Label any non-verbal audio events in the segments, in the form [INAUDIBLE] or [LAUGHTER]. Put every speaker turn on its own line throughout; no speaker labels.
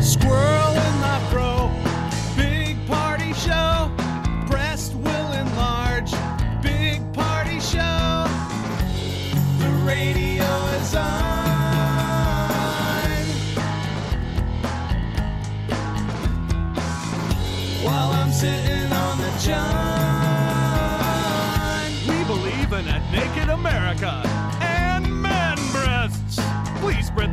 Squirrel in the fro, big party show. Breast will enlarge, big party show. The radio is on. While I'm sitting on the john. We believe in a naked America and man breasts. Please spread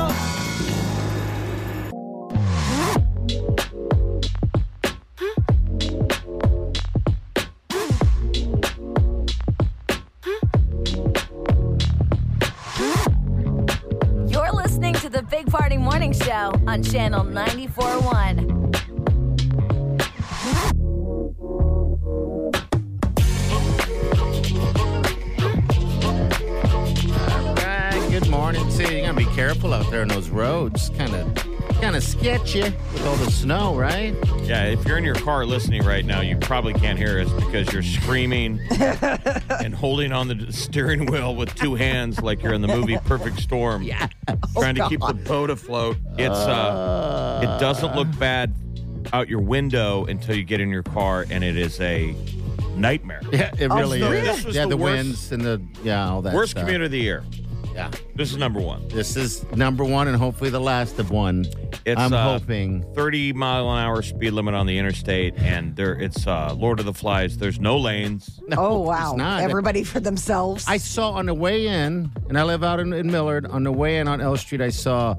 You're listening to the Big Party Morning Show on Channel 94.1.
Right, good morning to you. You gotta be careful out there on those roads. Kind of, kind of sketchy with all the snow, right?
Yeah, if you're in your car listening right now, you probably can't hear us because you're screaming [LAUGHS] and holding on the steering wheel with two hands like you're in the movie Perfect Storm. Yeah. Oh, Trying to keep the boat afloat. It's uh it doesn't look bad out your window until you get in your car and it is a nightmare.
[LAUGHS] Yeah, it really
snow.
is.
Oh, This was
yeah,
the
the,
worst-
winds and the yeah, all that.
Worst
stuff.
commuter of the year.
Yeah,
This is number 1.
this is number one and hopefully the last of one.
It's,
I'm
uh,
hoping.
30 mile an hour speed limit on the interstate and there it's uh Lord of the Flies. There's no lanes.
No,
Oh,
it's
wow.
not.
Everybody for themselves.
I saw on the way in, and I live out in, in Millard. On the way in on L Street, I saw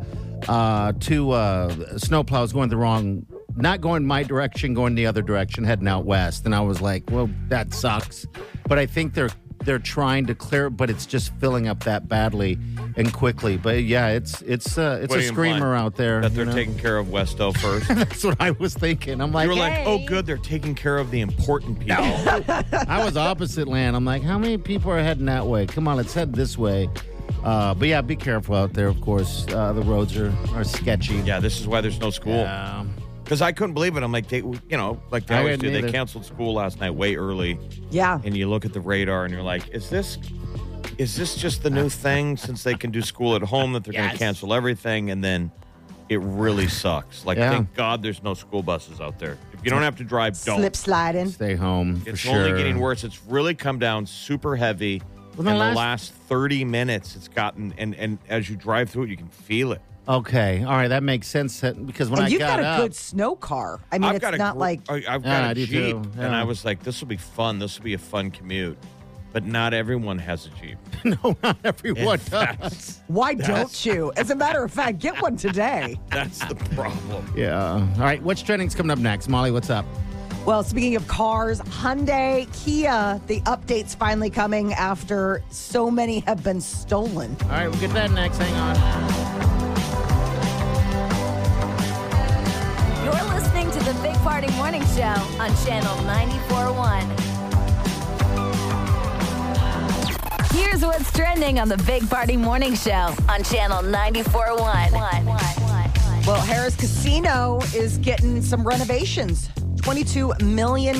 uh, two uh, snowplows going the wrong, not going my direction, going the other direction, heading out west. And I was like, "Well, that sucks." But I think they're they're trying to clear, it, but it's just filling up that badly and quickly. But yeah, it's it's uh, it's
What
a
do you imply?
screamer out there.
That they're
you know?
taking care of Westo
[LAUGHS]
first.
That's what I was thinking. I'm like,
you were like,
"Hey."
oh, good, they're taking care of the important people.
I was opposite land. I'm like, how many people are heading that way? Come on, let's head this way. Uh, but yeah, be careful out there. Of course, uh, the roads are, are sketchy.
[LAUGHS] yeah, this is why there's no school.
Yeah.
Because I couldn't believe it. I'm like, they, you know, like they
I
always do.
didn't
They
either.
canceled school last night way early,
yeah.
and you look at the radar and you're like, is this, is this just the new thing? Since they can do school at home, that they're going
Yes.
to cancel everything, and then it really sucks. Like,
Yeah.
thank God there's no school buses out there. If you don't have to drive, don't.
Slip sliding.
stay home. for
It's
sure.
only getting worse. It's really come down super heavy.
Well, the
in
last-
the last 30 minutes, it's gotten, and, and as you drive through it, you can feel it.
Okay, all right, that makes sense that- because when
Oh,
And
I
you've
got,
got, a
up,
good snow car. I mean,
I've
it's
got a
not
gr-
like
I, have got
Yeah, I
a
do
Jeep,
too,
and
yeah.
I was like, "This will be fun. This will be a fun commute." But not everyone has a Jeep.
[LAUGHS] no, not everyone does.
That's,
why don't you? As a matter of fact, get
[LAUGHS]
one today.
that's the problem.
Yeah. All right, what's trending's coming up next, Molly? What's up?
Well, speaking of cars, Hyundai, Kia, the update's finally coming after so many have been stolen.
All right, we'll get that next. Hang on.
You're listening to the Big Party Morning Show on Channel 94.1. Here's what's trending on the Big Party Morning Show on Channel 94.1.
Well, Harris Casino is getting some renovations. $22 million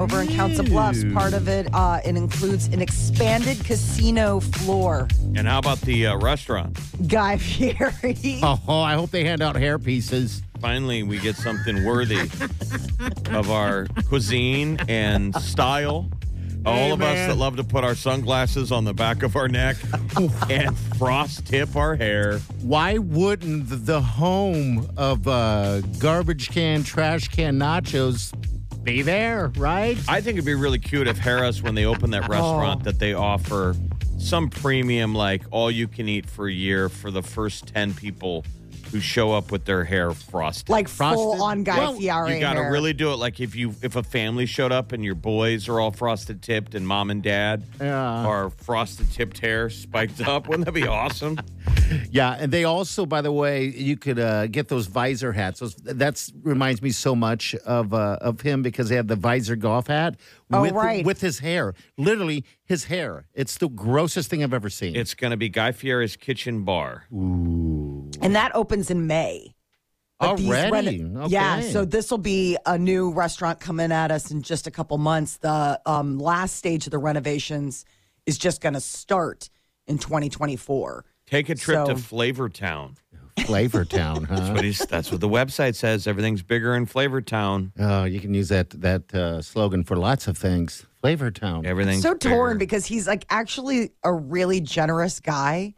over in Council Bluffs. Part of it, uh, it includes an expanded casino floor.
And how about the uh, restaurant?
Guy [LAUGHS] Fieri.
Oh, oh, I hope they hand out hair pieces.
Finally, we get something worthy of our cuisine and style. All of us
man.
that love to put our sunglasses on the back of our neck and frost tip our hair.
Why wouldn't the home of uh, garbage can, trash can nachos be there, right?
I think it'd be really cute if Harris, when they open that restaurant, that they offer some premium, like all you can eat for a year for the first 10 people who show up with their hair frosted.
Like
Frosted?
full on Guy
Well,
Fieri.
you got to
hair.
really do it. Like if you if a family showed up and your boys are all frosted tipped and mom and dad
Yeah.
are frosted tipped hair spiked up, wouldn't that be
[LAUGHS]
awesome?
Yeah, and they also, by the way, you could uh, get those visor hats. Those, that's reminds me so much of uh, of him because they had the visor golf hat
Oh,
with,
right.
with his hair, literally his hair. It's the grossest thing I've ever seen.
It's going to be Guy Fieri's Kitchen Bar.
And that opens in May. But these
already.
reno-
okay.
Yeah, so this will be a new restaurant coming at us in just a couple months. The um, last stage of the renovations is just going to start in 2024.
Take a trip
So-
to Flavor Town.
Flavor Town, huh?
But he's, that's what the website says. Everything's bigger in Flavor Town.
[LAUGHS] Oh, you can use that that uh, slogan for lots of things. Flavor Town.
Everything's
so torn
bigger.
because he's like actually a really generous guy.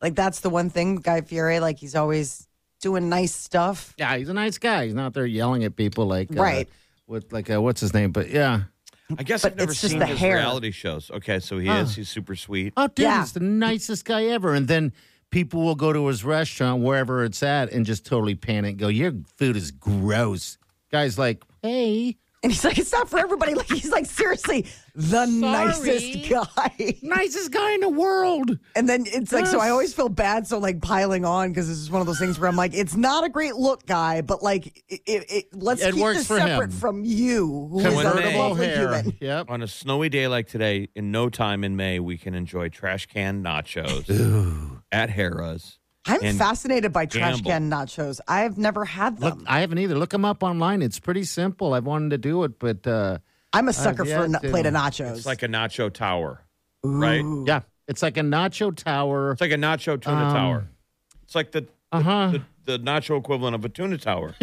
Like that's the one thing Guy Fieri like he's always doing nice stuff.
Yeah, he's a nice guy. He's not there yelling at people like uh,
Right.
With like uh, what's his name? But yeah.
I guess
But
I've never
it's just
seen
the
his
hair.
reality shows. Okay, so he is. He's super sweet.
Oh, dude,
Yeah.
he's the nicest guy ever. And then people will go to his restaurant, wherever it's at, and just totally panic. Go, your food is gross. Guys, like, hey,
And he's like it's not for everybody. Like he's like seriously the nicest guy.
nicest guy in the world.
And then it's like, so I always feel bad. So like piling on because this is one of those things where I'm like, it's not a great look, guy, but like, it, it, it, let's
It
keep
works
this
for
separate
him.
from you, who is
Come on,
a
May.
lovely
hair.
human.
Yep.
On a snowy day like today, in no time in May, we can enjoy trash can nachos at Harrah's.
I'm
And
fascinated by trash
gamble.
can nachos. I have never had them.
Look, I haven't either. Look him up online. It's pretty simple. I've wanted to do it, but uh,
I'm a sucker for a
yet
na-
to.
plate of nachos.
It's like a nacho tower, right?
yeah, it's like a nacho
[LAUGHS]
tower.
It's like a nacho tuna tower. It's like the,
Um, Uh huh.
the the nacho equivalent of a tuna
[LAUGHS]
tower.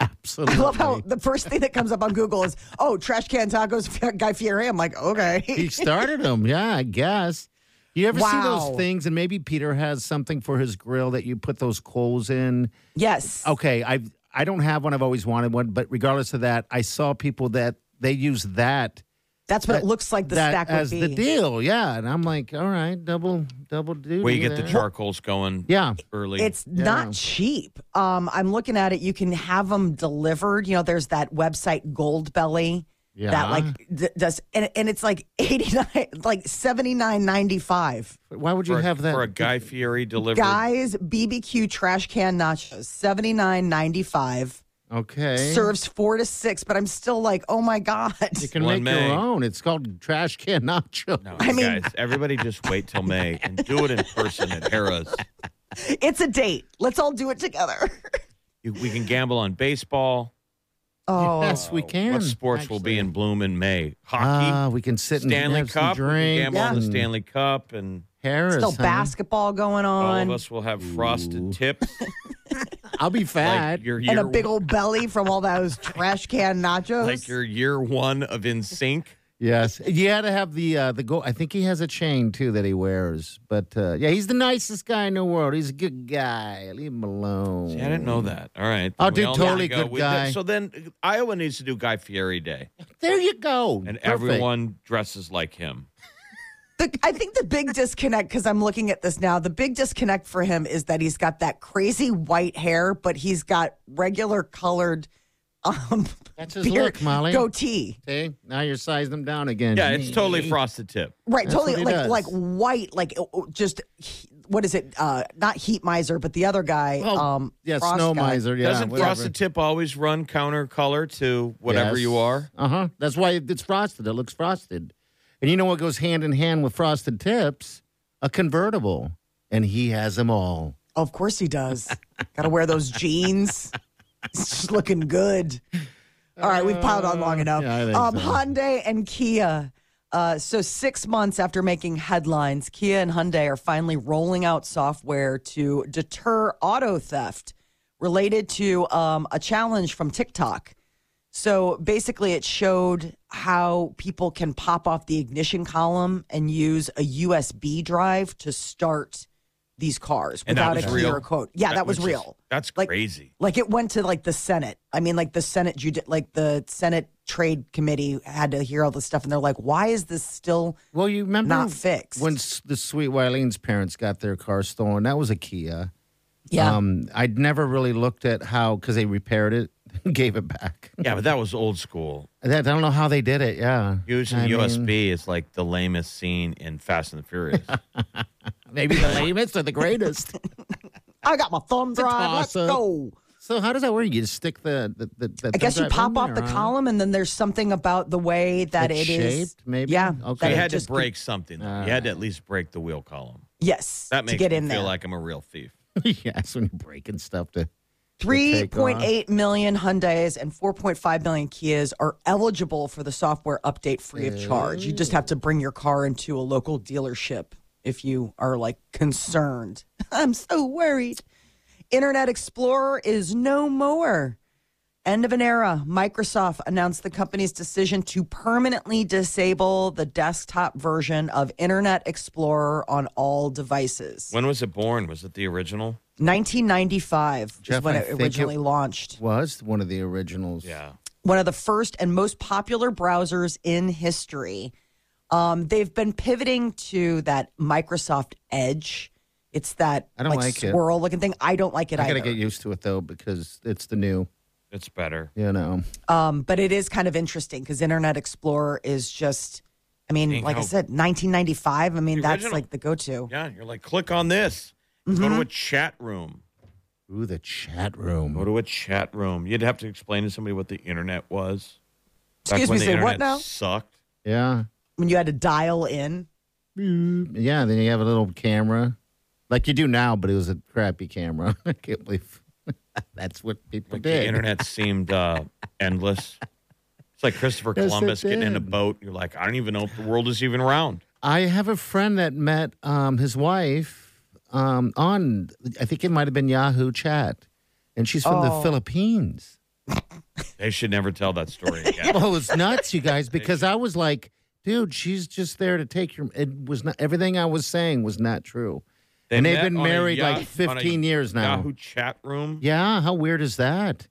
Absolutely.
[LAUGHS] I love how the first thing that comes up on Google is, oh, trash can tacos, [LAUGHS] Guy Fieri. I'm like, okay.
he started them. Yeah, I guess. You ever see
Wow.
those things? And maybe Peter has something for his grill that you put those coals in.
Yes.
Okay, I I don't have one. I've always wanted one, but regardless of that, I saw people that they use that
That's what it looks like the
that
stack
as
would
the
be.
deal. Yeah, and I'm like, all right, double double duty.
Where you get the
there.
charcoals going
Yeah,
early.
It's not cheap. Um, I'm looking at it. You can have them delivered. You know, there's that website Gold Belly
Yeah.
that like d- does, and, and it's like [LAUGHS] 89, like 79.95.
why would you
for, a-
have that?
for a Guy Fieri delivery.
Guys, BBQ trash can nachos, 79.95.
okay,
Serves four to six, but I'm still like, oh my god.
you can
One
make
May.
your own. It's called trash can nacho.
No,
I mean-
guys, everybody just wait till May and do it in person at Harrah's.
[LAUGHS] It's a date. Let's all do
[LAUGHS]
it together.
You- We can gamble on baseball.
Oh,
yes, we can.
What sports will be in bloom in May?
Ah,
Hockey,
we can sit and
Stanley
have
Cup,
some
we can
drinks.
gamble on the
and
Stanley Cup, and
Harris,
still
huh?
basketball going
all of
on,
us will have frosted
[LAUGHS]
tips.
I'll be
[LAUGHS]
fat.
like your year,
and a big old belly from all those trash
[LAUGHS]
can nachos.
like your year one of In Sync.
Yes, you had to have the uh, the gold. I think he has a chain too that he wears. But uh, yeah, he's the nicest guy in the world. He's a good guy. Leave him alone.
See, I didn't know that. All right.
Oh,
Then we
dude,
all need to
totally
go.
good
We-
guy.
So then uh, Iowa needs to do Guy Fieri Day,
There you go.
and
Perfect.
everyone dresses like him.
The, I think the big disconnect, because I'm looking at this now, the big disconnect for him is that he's got that crazy white hair, but he's got regular colored um,
That's his
beard-
look, Molly.
goatee.
See, now you're sizing them down again.
Yeah, it's totally frosted tip.
Right,
That's what
totally
he
like
does.
like white, like uh, uh, just he- what is it? Uh, not heat miser, but the other guy.
Well,
um,
Oh, yeah,
Frost
snow
guy.
miser. Yeah,
Doesn't frosted tip always run counter color to whatever you are?
Uh huh. That's why it's frosted. It looks frosted. And you know what goes hand in hand with frosted tips? A convertible. And he has them all.
Of course he does. Got to wear those jeans. It's just looking good. All right, we've piled on long enough.
yeah, I think
um,
so.
Hyundai and Kia. Uh, so six months after making headlines, Kia and Hyundai are finally rolling out software to deter auto theft related to um, a challenge from TikTok. So basically, it showed how people can pop off the ignition column and use a USB drive to start these cars
And that
without a
was
key
real?
or a code. Yeah, that, was
which is-
real.
That's
Like-
crazy.
Like it went to like the Senate. I mean, like the Senate, judi- like the Senate trade committee had to hear all this stuff, and they're like, "Why is this still?"
Well, you remember
Not fixed.
when s- the sweet Wileen's parents got their car stolen. That was a Kia.
Yeah,
Um, I'd never really looked at how because they repaired it, [LAUGHS] gave it back.
Yeah, but that was old school.
That, I don't know how they did it. Yeah,
Using
I mean,
USB is like the lamest scene in Fast and the
[LAUGHS]
Furious.
maybe the lamest or the
[LAUGHS]
greatest.
I got my thumb drive. Let's
awesome.
go.
so how does that work? You just stick the the. the, the
I guess you pop off the
column.
column, and then there's something about the way that
It's
it is
shaped, maybe?
Yeah,
Okay.
that
you
it
had to
just-
break something. though. you
Uh.
had to at least break the wheel column.
Yes,
That makes
to get
me
in
feel
there.
like I'm a real thief.
[LAUGHS] yes, when you're breaking stuff to.
Three
take
point eight million Hyundai's and four point five million Kias are eligible for the software update free of charge. You just have to bring your car into a local dealership if you are like concerned. [LAUGHS] I'm so worried. Internet Explorer is no more. End of an era. Microsoft announced the company's decision to permanently disable the desktop version of Internet Explorer on all devices.
When was it born? Was it the original?
1995
Jeff,
is when
I
it
think it-
originally launched.
Was one of the originals.
Yeah.
one of the first and most popular browsers in history. Um, they've been pivoting to that Microsoft Edge. It's that
I don't like it.
swirl looking thing. I don't like it
I
either.
gotta get used to it though because it's the new.
It's better.
You know.
um, but it is kind of interesting because Internet Explorer is just, I mean,
Dang,
like I
how-
said, 1995. I mean,
The
that's
original.
like the go to.
Yeah. You're like, click on this. Go
Mm-hmm.
to a chat room.
Ooh, the chat
Go
room.
to a chat room. You'd have to explain to somebody what the internet was.
Excuse
when
me,
the
say what
internet
now?
Sucked.
Yeah.
When you had to dial in.
Yeah. Then you have a little camera, like you do now, but it was a crappy camera. [LAUGHS] I can't believe that's what people
Like
did.
the internet seemed
[LAUGHS]
uh, endless. It's like Christopher
Yes, it
Columbus getting in a
did.
boat. You're like, I don't even know if the world is even round.
I have a friend that met um, his wife um, on, I think it might have been Yahoo Chat, and she's from the
Oh.
Philippines.
They should never tell that story
[LAUGHS]
again.
Well, it was nuts, you
[LAUGHS]
guys, because I was like, dude, she's just there to take your. It was not everything I was saying was not true.
They
and they've
met
been
on a
married
Yah-
like
on a
15 years now.
Yahoo chat room.
Yeah, how weird is that?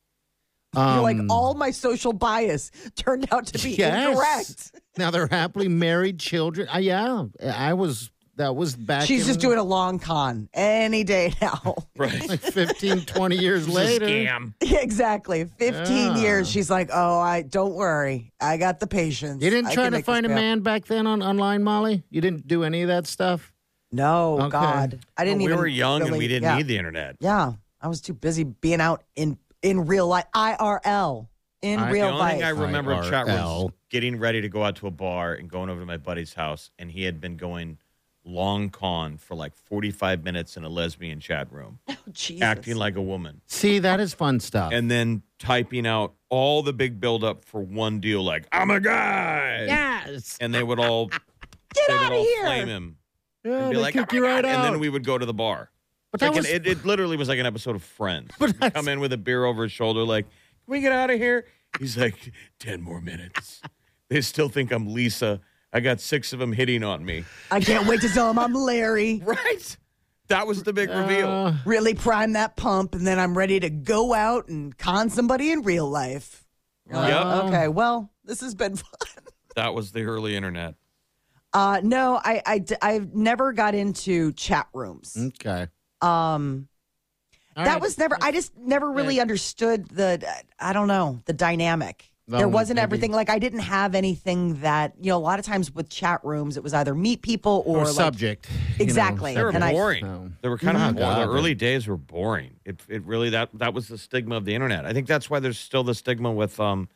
You're like,
Um,
all my social bias [LAUGHS] turned out to be
yes.
incorrect.
Now they're happily married children. Uh, yeah, I was. That was back.
She's
in
just doing a long con any day [LAUGHS] now.
Right.
[LAUGHS] like 15, 20 years later.
Yeah, [LAUGHS] exactly. 15 years. She's like, oh, I don't worry. I got the patience.
You didn't
I
try
can
to
make this
find a
go."
man back then on online, Molly. You didn't do any of that stuff.
No,
Okay.
God. I didn't
we
even.
were young and
really-
we didn't
yeah.
need the internet.
Yeah. I was too busy being out in, in real life, IRL, in
I- the
The
real
only
life.
thing I remember of chat was
IRL.
getting ready to go out to a bar and going over to my buddy's house, and he had been going long con for like 45 minutes in a lesbian chat
[LAUGHS]
room,
Oh, Jesus.
acting like a woman,
See, that is fun stuff.
and then typing out all the big buildup for one deal, like I'm a guy.
yes.
And they would
[LAUGHS]
all get they would all flame him
Yeah,
and be
they
like, "Oh
kick
my
you right
God,"
out.
and then we would go to the bar.
but
Like
that
an-
was,
it, it literally was like an episode of Friends.
But
He'd
that's-
come in with a beer over his shoulder, like, "Can we get out of here?" He's like, 10 more minutes." they still think I'm Lisa. I got six of them hitting on me.
I can't wait to tell him I'm Larry.
Right? That was the big
uh,
reveal.
Really prime that pump, and then I'm ready to go out and con somebody in real life. You're like,
Yep.
Okay, well, this has been [LAUGHS] fun.
That was the early internet.
Uh, no, I, I, have never got into chat rooms.
okay.
Um,
All
that
right.
was never. I just never really understood the. I don't know the dynamic.
Well,
there wasn't
maybe-
everything like I didn't have anything that you know. A lot of times with chat rooms, it was either meet people or,
or,
like,
subject. you know,
Exactly.
They were
And I- Mm-hmm.
boring.
No.
They were kind
Mhm.
of boring.
God,
the
yeah.
early days were boring. It it really that that was the stigma of the internet. I think that's why there's still the stigma with um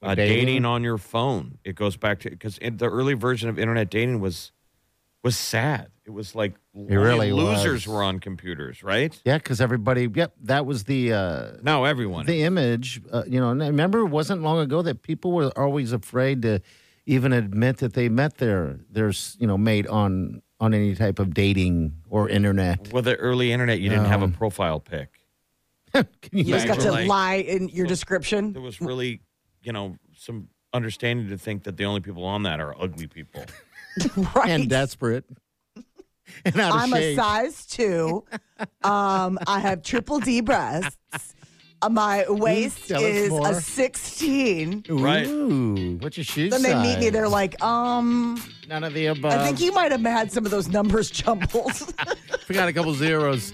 uh, dating.
Dating?
on your phone. It goes back to because the early version of internet dating was was sad. It was like only
really
losers
was.
were on computers, right?
Yeah, because everybody. Yep, that was the uh,
Now everyone.
the image. Uh, you know, and I remember it wasn't long ago that people were always afraid to even admit that they met their their you know mate on on any type of dating or internet.
with the early internet, you didn't have a profile pic.
[LAUGHS] Can you
You just got
imagine?
to
Like-
lie in your
There
description.
was really, you know, some understanding to think that the only people on that are ugly people.
Right.
and desperate [LAUGHS] and out of
I'm a
shape.
size two. Um, I have triple D breasts. Uh, my waist
Tell us
is
more.
a 16.
Right.
Ooh, what's your shoe
Then they meet me.
size? Um,
They're like, um,
None of the above.
I think you might have had some of those numbers jumbled. [LAUGHS]
Forgot a couple zeros.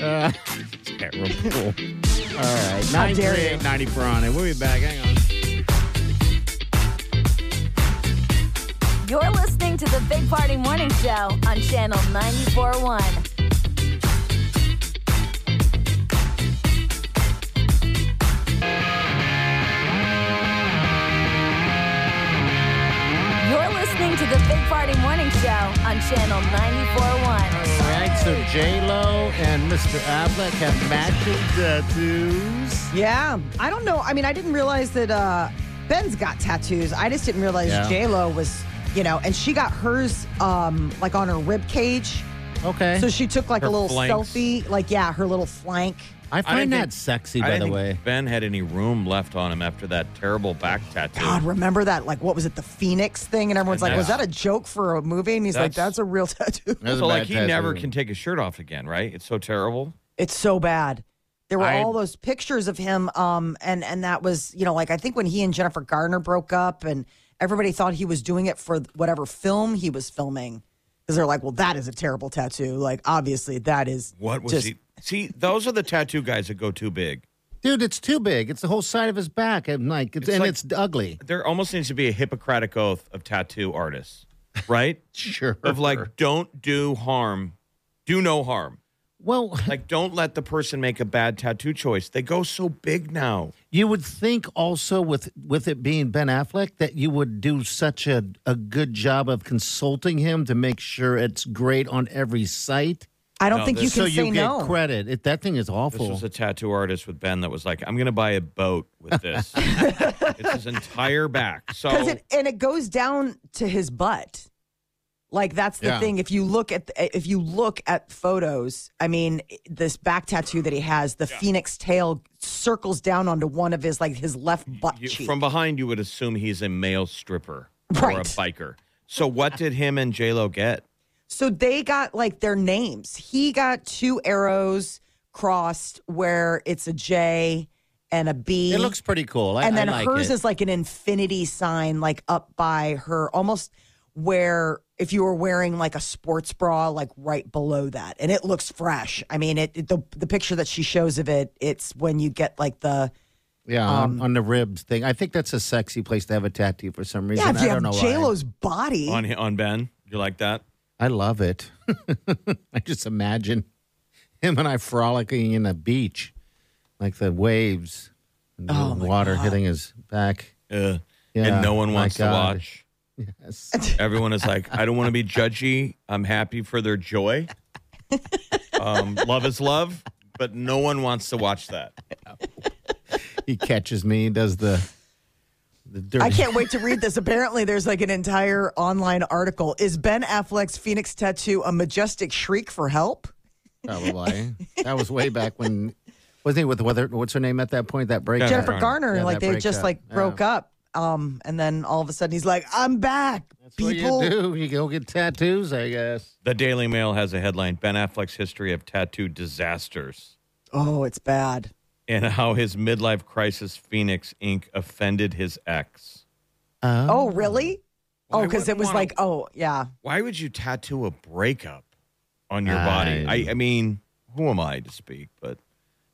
Uh, [LAUGHS] terrible. All right.
How dare you.
938 for on it. We'll be back. Hang on.
You're listening to the Big Party Morning Show on Channel 94.1. You're listening to the Big Party Morning Show on Channel 94.1.
All right. So J Lo and Mr. Affleck have matching tattoos.
Yeah, I don't know. I mean, I didn't realize that uh, Ben's got tattoos. I just didn't realize
Yeah.
J Lo was, you know, and she got hers um, like on her rib cage.
Okay.
So she took like
Her
a little
flanks.
selfie, like yeah, her little flank.
I
I didn't
find that
think- I
sexy, by
didn't
the
think
way.
Ben had any room left on him after that terrible back tattoo.
God, remember that? Like, what was it? The Phoenix thing? And everyone's like,
Yeah.
was that a joke for a movie? And he's like,
That's-
that's
[LAUGHS]
a real tattoo.
That was a
so like
bad
he
tattoo.
never can take his shirt off again, right? It's so terrible.
It's so bad.
There were
I-
all those pictures of him, um, and and that was, you know, like I think when he and Jennifer Garner broke up, and everybody thought he was doing it for whatever film he was filming, because they're like, well, that is a terrible tattoo. Like, obviously, that is
What was
just-
he? See, those are the tattoo guys that go too big.
Dude, it's too big. It's the whole side of his back. I'm like, it's,
It's
and
like-
it's ugly.
There almost needs to be a Hippocratic oath of tattoo artists, right?
[LAUGHS] Sure.
of like, don't do harm, do no harm.
well,
Like, don't let the person make a bad tattoo choice. They go so big now.
You would think also with with it being Ben Affleck that you would do such a, a good job of consulting him to make sure it's great on every site.
I don't
No,
think you
this-
can
so
say
you get
no.
credit. It, that thing is
This
awful.
was a tattoo artist with Ben that was like, I'm going to buy a boat with
[LAUGHS]
this. it's his entire back. So
Oh.
Because it and it goes down to his butt. Like that's the
Yeah.
thing. If you look at if you look at photos, I mean, this back tattoo that he has, the phoenix tail circles down onto one of his like his left butt
you,
cheek.
from behind, you would assume he's a male stripper or a
Right.
biker. So what did him and J Lo get?
So they got like their names. He got two arrows crossed where it's a J and a B.
it looks pretty cool. I,
and then
I like
hers
it.
is like an infinity sign, like up by her, almost where if you were wearing like a sports bra, like right below that, and it looks fresh. I mean, it, it- the the picture that she shows of it, it's when you get like the
yeah, on,
Um,
on the ribs thing. I think that's a sexy place to have a tattoo for some
yeah,
reason.
if you
I don't
have
know
J
why.
Lo's body.
on on Ben. You like that?
I love it. [LAUGHS] I just imagine him and I frolicking in a beach, like the waves, and the
Oh
water hitting his back.
Uh,
Yeah,
and no one
my
wants to
God.
watch.
Yes.
Everyone is like, I don't want to be judgy. I'm happy for their joy. Um, love is love, but no one wants to watch that.
he catches me, does the the dirty.
I can't wait to
[LAUGHS]
read this. Apparently, there's like an entire online article. Is Ben Affleck's Phoenix tattoo a majestic shriek for help?
probably. that was way back when. Wasn't he with whether what's her name at that point? That breakup.
Jennifer
Garner.
Garner,
Yeah,
like
that
they
breaks
just
up.
like
Yeah.
broke up. Um, and then all of a sudden he's like, I'm back.
What
people.
you do? You go get tattoos, I guess.
The Daily Mail has a headline: Ben Affleck's history of tattoo disasters
Oh, it's bad.
and how his midlife crisis Phoenix Inc. offended his ex.
Oh, really? Oh,
Why
because it
would
was
wanna-
like, oh, yeah.
Why would you tattoo a breakup on your
I-
body? I, I mean, who am I to speak? But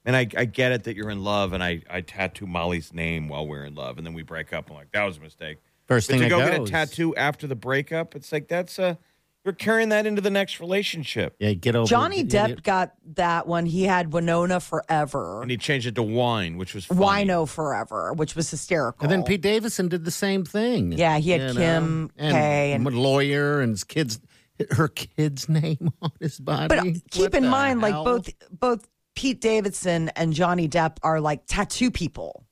and I, I get it that you're in love, and I, I tattoo Molly's name while we're in love, and then we break up. I'm like, that was a mistake.
First
But
thing
to
that
go
goes.
get a tattoo after the breakup, it's like that's a you're carrying that into the next relationship.
Yeah, get over
Johnny
it.
Depp got that one. He had Winona Forever,
And he changed it to wine, which was funny.
Wino Forever, which was hysterical.
And then Pete Davidson did the same thing.
Oh. Yeah, he had
uh,
You
Kim
and
K and-
a lawyer and his kids, her kid's [LAUGHS] name on his body.
But uh,
What
keep in
the
mind, like
hell?
both both Pete Davidson and Johnny Depp are like tattoo people.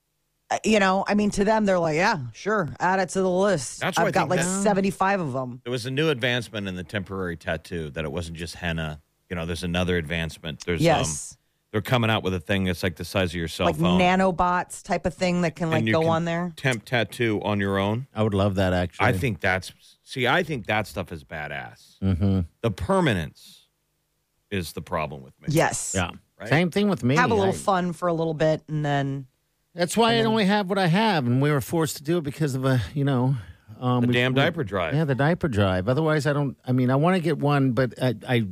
Uh, You know, I mean, to them, they're like, yeah, sure, add it to the list.
That's why I
I've got
think
like
that-
75 of them.
There was a new advancement in the temporary tattoo that it wasn't just henna. You know, there's another advancement. There's
Yes.
um they're coming out with a thing that's like the size of your cell
like
phone.
nanobots type of thing that can
and
like
you
go
can
on there.
Temp tattoo on your own.
I would love that actually.
I think that's see, I think that stuff
Mm-hmm.
is badass. The permanence is the problem with me.
Yes.
Yeah.
right?
Same thing with me.
Have a little
I-
fun for a little bit, and then
That's why I only have what I have, and we were forced to do it because of a you know, um,
The
we-
damn
we-
diaper drive.
Yeah, the diaper drive. Otherwise, I don't. I mean, I want to get one, but I, I,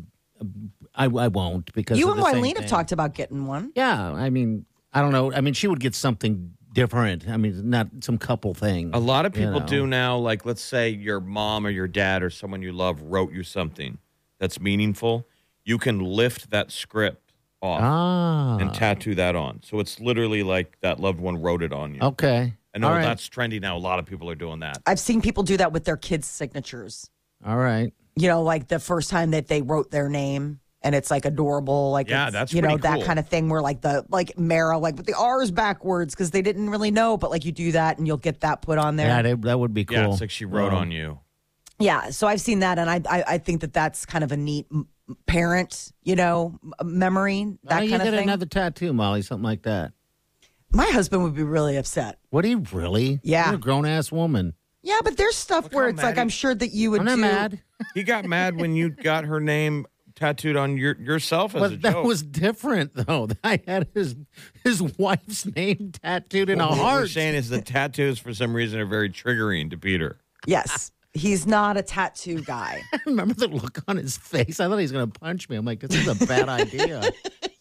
I, I won't because
you
of
and
the same
Wileen have
thing.
talked about getting one.
Yeah, I mean, I don't know. I mean, she would get something different. I mean, not some couple thing.
A lot of
you
people
know.
do now, like let's say your mom or your dad or someone you love wrote you something that's meaningful. You can lift that script off
Ah,
and tattoo that on. So it's literally like that loved one wrote it on you.
okay.
I know
Oh, all right.
that's trendy now. A lot of people are doing that.
I've seen people do that with their kids' signatures.
all right.
You know, like the first time that they wrote their name, and it's like adorable. Like
Yeah,
it's,
that's
you know
pretty
that
cool.
kind of thing where like the like Mara, like with the R's backwards because they didn't really know, but like you do that and you'll get that put on there.
Yeah, that, that would be cool.
Yeah, it's like she wrote on you.
Yeah, so I've seen that, and I I, I think that that's kind of a neat m- parent, you know, m- memory
Oh,
that
you
kind of
get
thing.
another tattoo, Molly, something like that.
My husband would be really upset.
What are you really?
Yeah.
You're a grown ass woman.
Yeah, but there's stuff
how
where it's like
mad
I'm
he-
sure that you would.
I'm not
do-
mad.
He got mad when you got her name tattooed on your yourself as a
But that
joke.
was different, though. [LAUGHS] I had his his wife's name tattooed in a
what we're
heart.
saying is the tattoos for some reason are very triggering to Peter.
Yes, he's not a tattoo
[LAUGHS]
guy.
[LAUGHS] I remember the look on his face. I thought he was going to punch me. I'm like, this is a
[LAUGHS]
bad idea.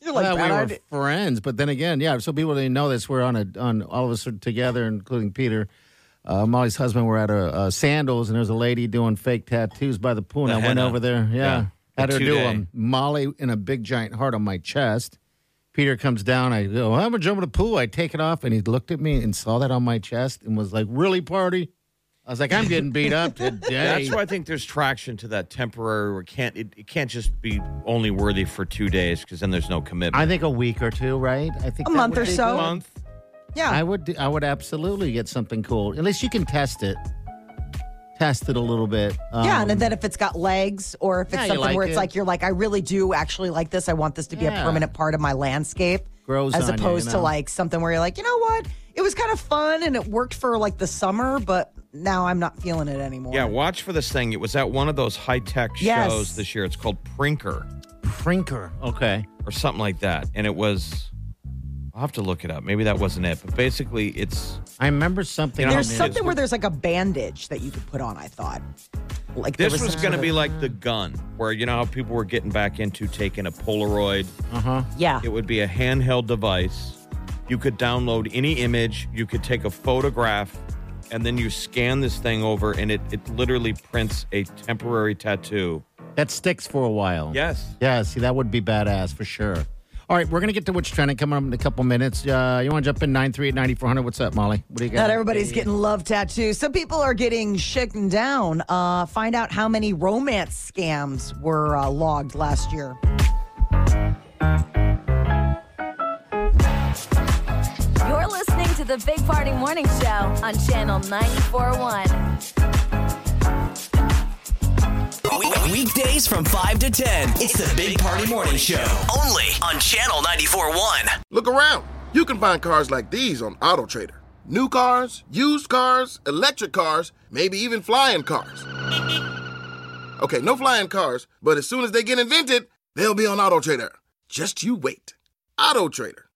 You're
I
like,
thought
"Bad
we were
idea."
friends, but then again, yeah. So people didn't know this. We're on a on all of us are together, including Peter. Uh, Molly's husband were at a, uh sandals, and there was a lady doing fake tattoos by the pool. And
The
I went
henna.
over there, yeah,
Yeah.
had
The
her do
two-day.
them. Molly in a big giant heart on my chest. Peter comes down. I go, I'm gonna jump in the pool. I take it off, and he looked at me and saw that on my chest and was like, "Really, party?" I was like, "I'm getting beat
[LAUGHS]
up today."
That's why I think there's traction to that temporary. Where it can't it, it can't just be only worthy for two days because then there's no commitment.
I think a week or two, right? I think
A
that
month
would
or
be
so.
A
good.
month.
Yeah,
I would do- I would absolutely get something cool. At least you can test it. Test it a little bit. Um,
yeah, and then if it's got legs, or if it's
Yeah, you
something
like
where it's
it.
like you're like, I really do actually like this. I want this to be
Yeah.
a permanent part of my landscape,
Grows on
as
you, you
opposed
know.
to like something where you're like, you know what, it was kind of fun and it worked for like the summer, but now I'm not feeling it anymore.
Yeah, watch for this thing. It was at one of those high tech
Yes.
shows this year. It's called Prinker
Prinker. Okay.
or something like that, and it was. I'll have to look it up. Maybe that wasn't it, but basically, it's
I remember something.
You know,
on
There's
this.
something where there's like a bandage that you could put on. I thought, like there
this was
some
going to
sort
be
of-
like the gun, where you know how people were getting back into taking a Polaroid.
yeah,
It would be a handheld device. You could download any image, you could take a photograph, and then you scan this thing over, and it, it literally prints a temporary tattoo.
that sticks for a while.
Yes.
Yeah. See, that would be badass for sure. All right, we're gonna get to what's trending coming up in a couple minutes. Uh, you want to jump in nine three eight ninety four hundred? What's up, Molly? What do you got?
Not everybody's getting love tattoos. Some people are getting shaken down. Uh, find out how many romance scams were uh, logged last year.
You're listening to the Big Party Morning Show on Channel 941.
Weekdays from 5 to 10. It's the Big Party Morning Show. Only on Channel 94.1.
Look around. You can find cars like these on AutoTrader. New cars, used cars, electric cars, maybe even flying cars. Okay, no flying cars, but as soon as they get invented, they'll be on AutoTrader. Just you wait. AutoTrader.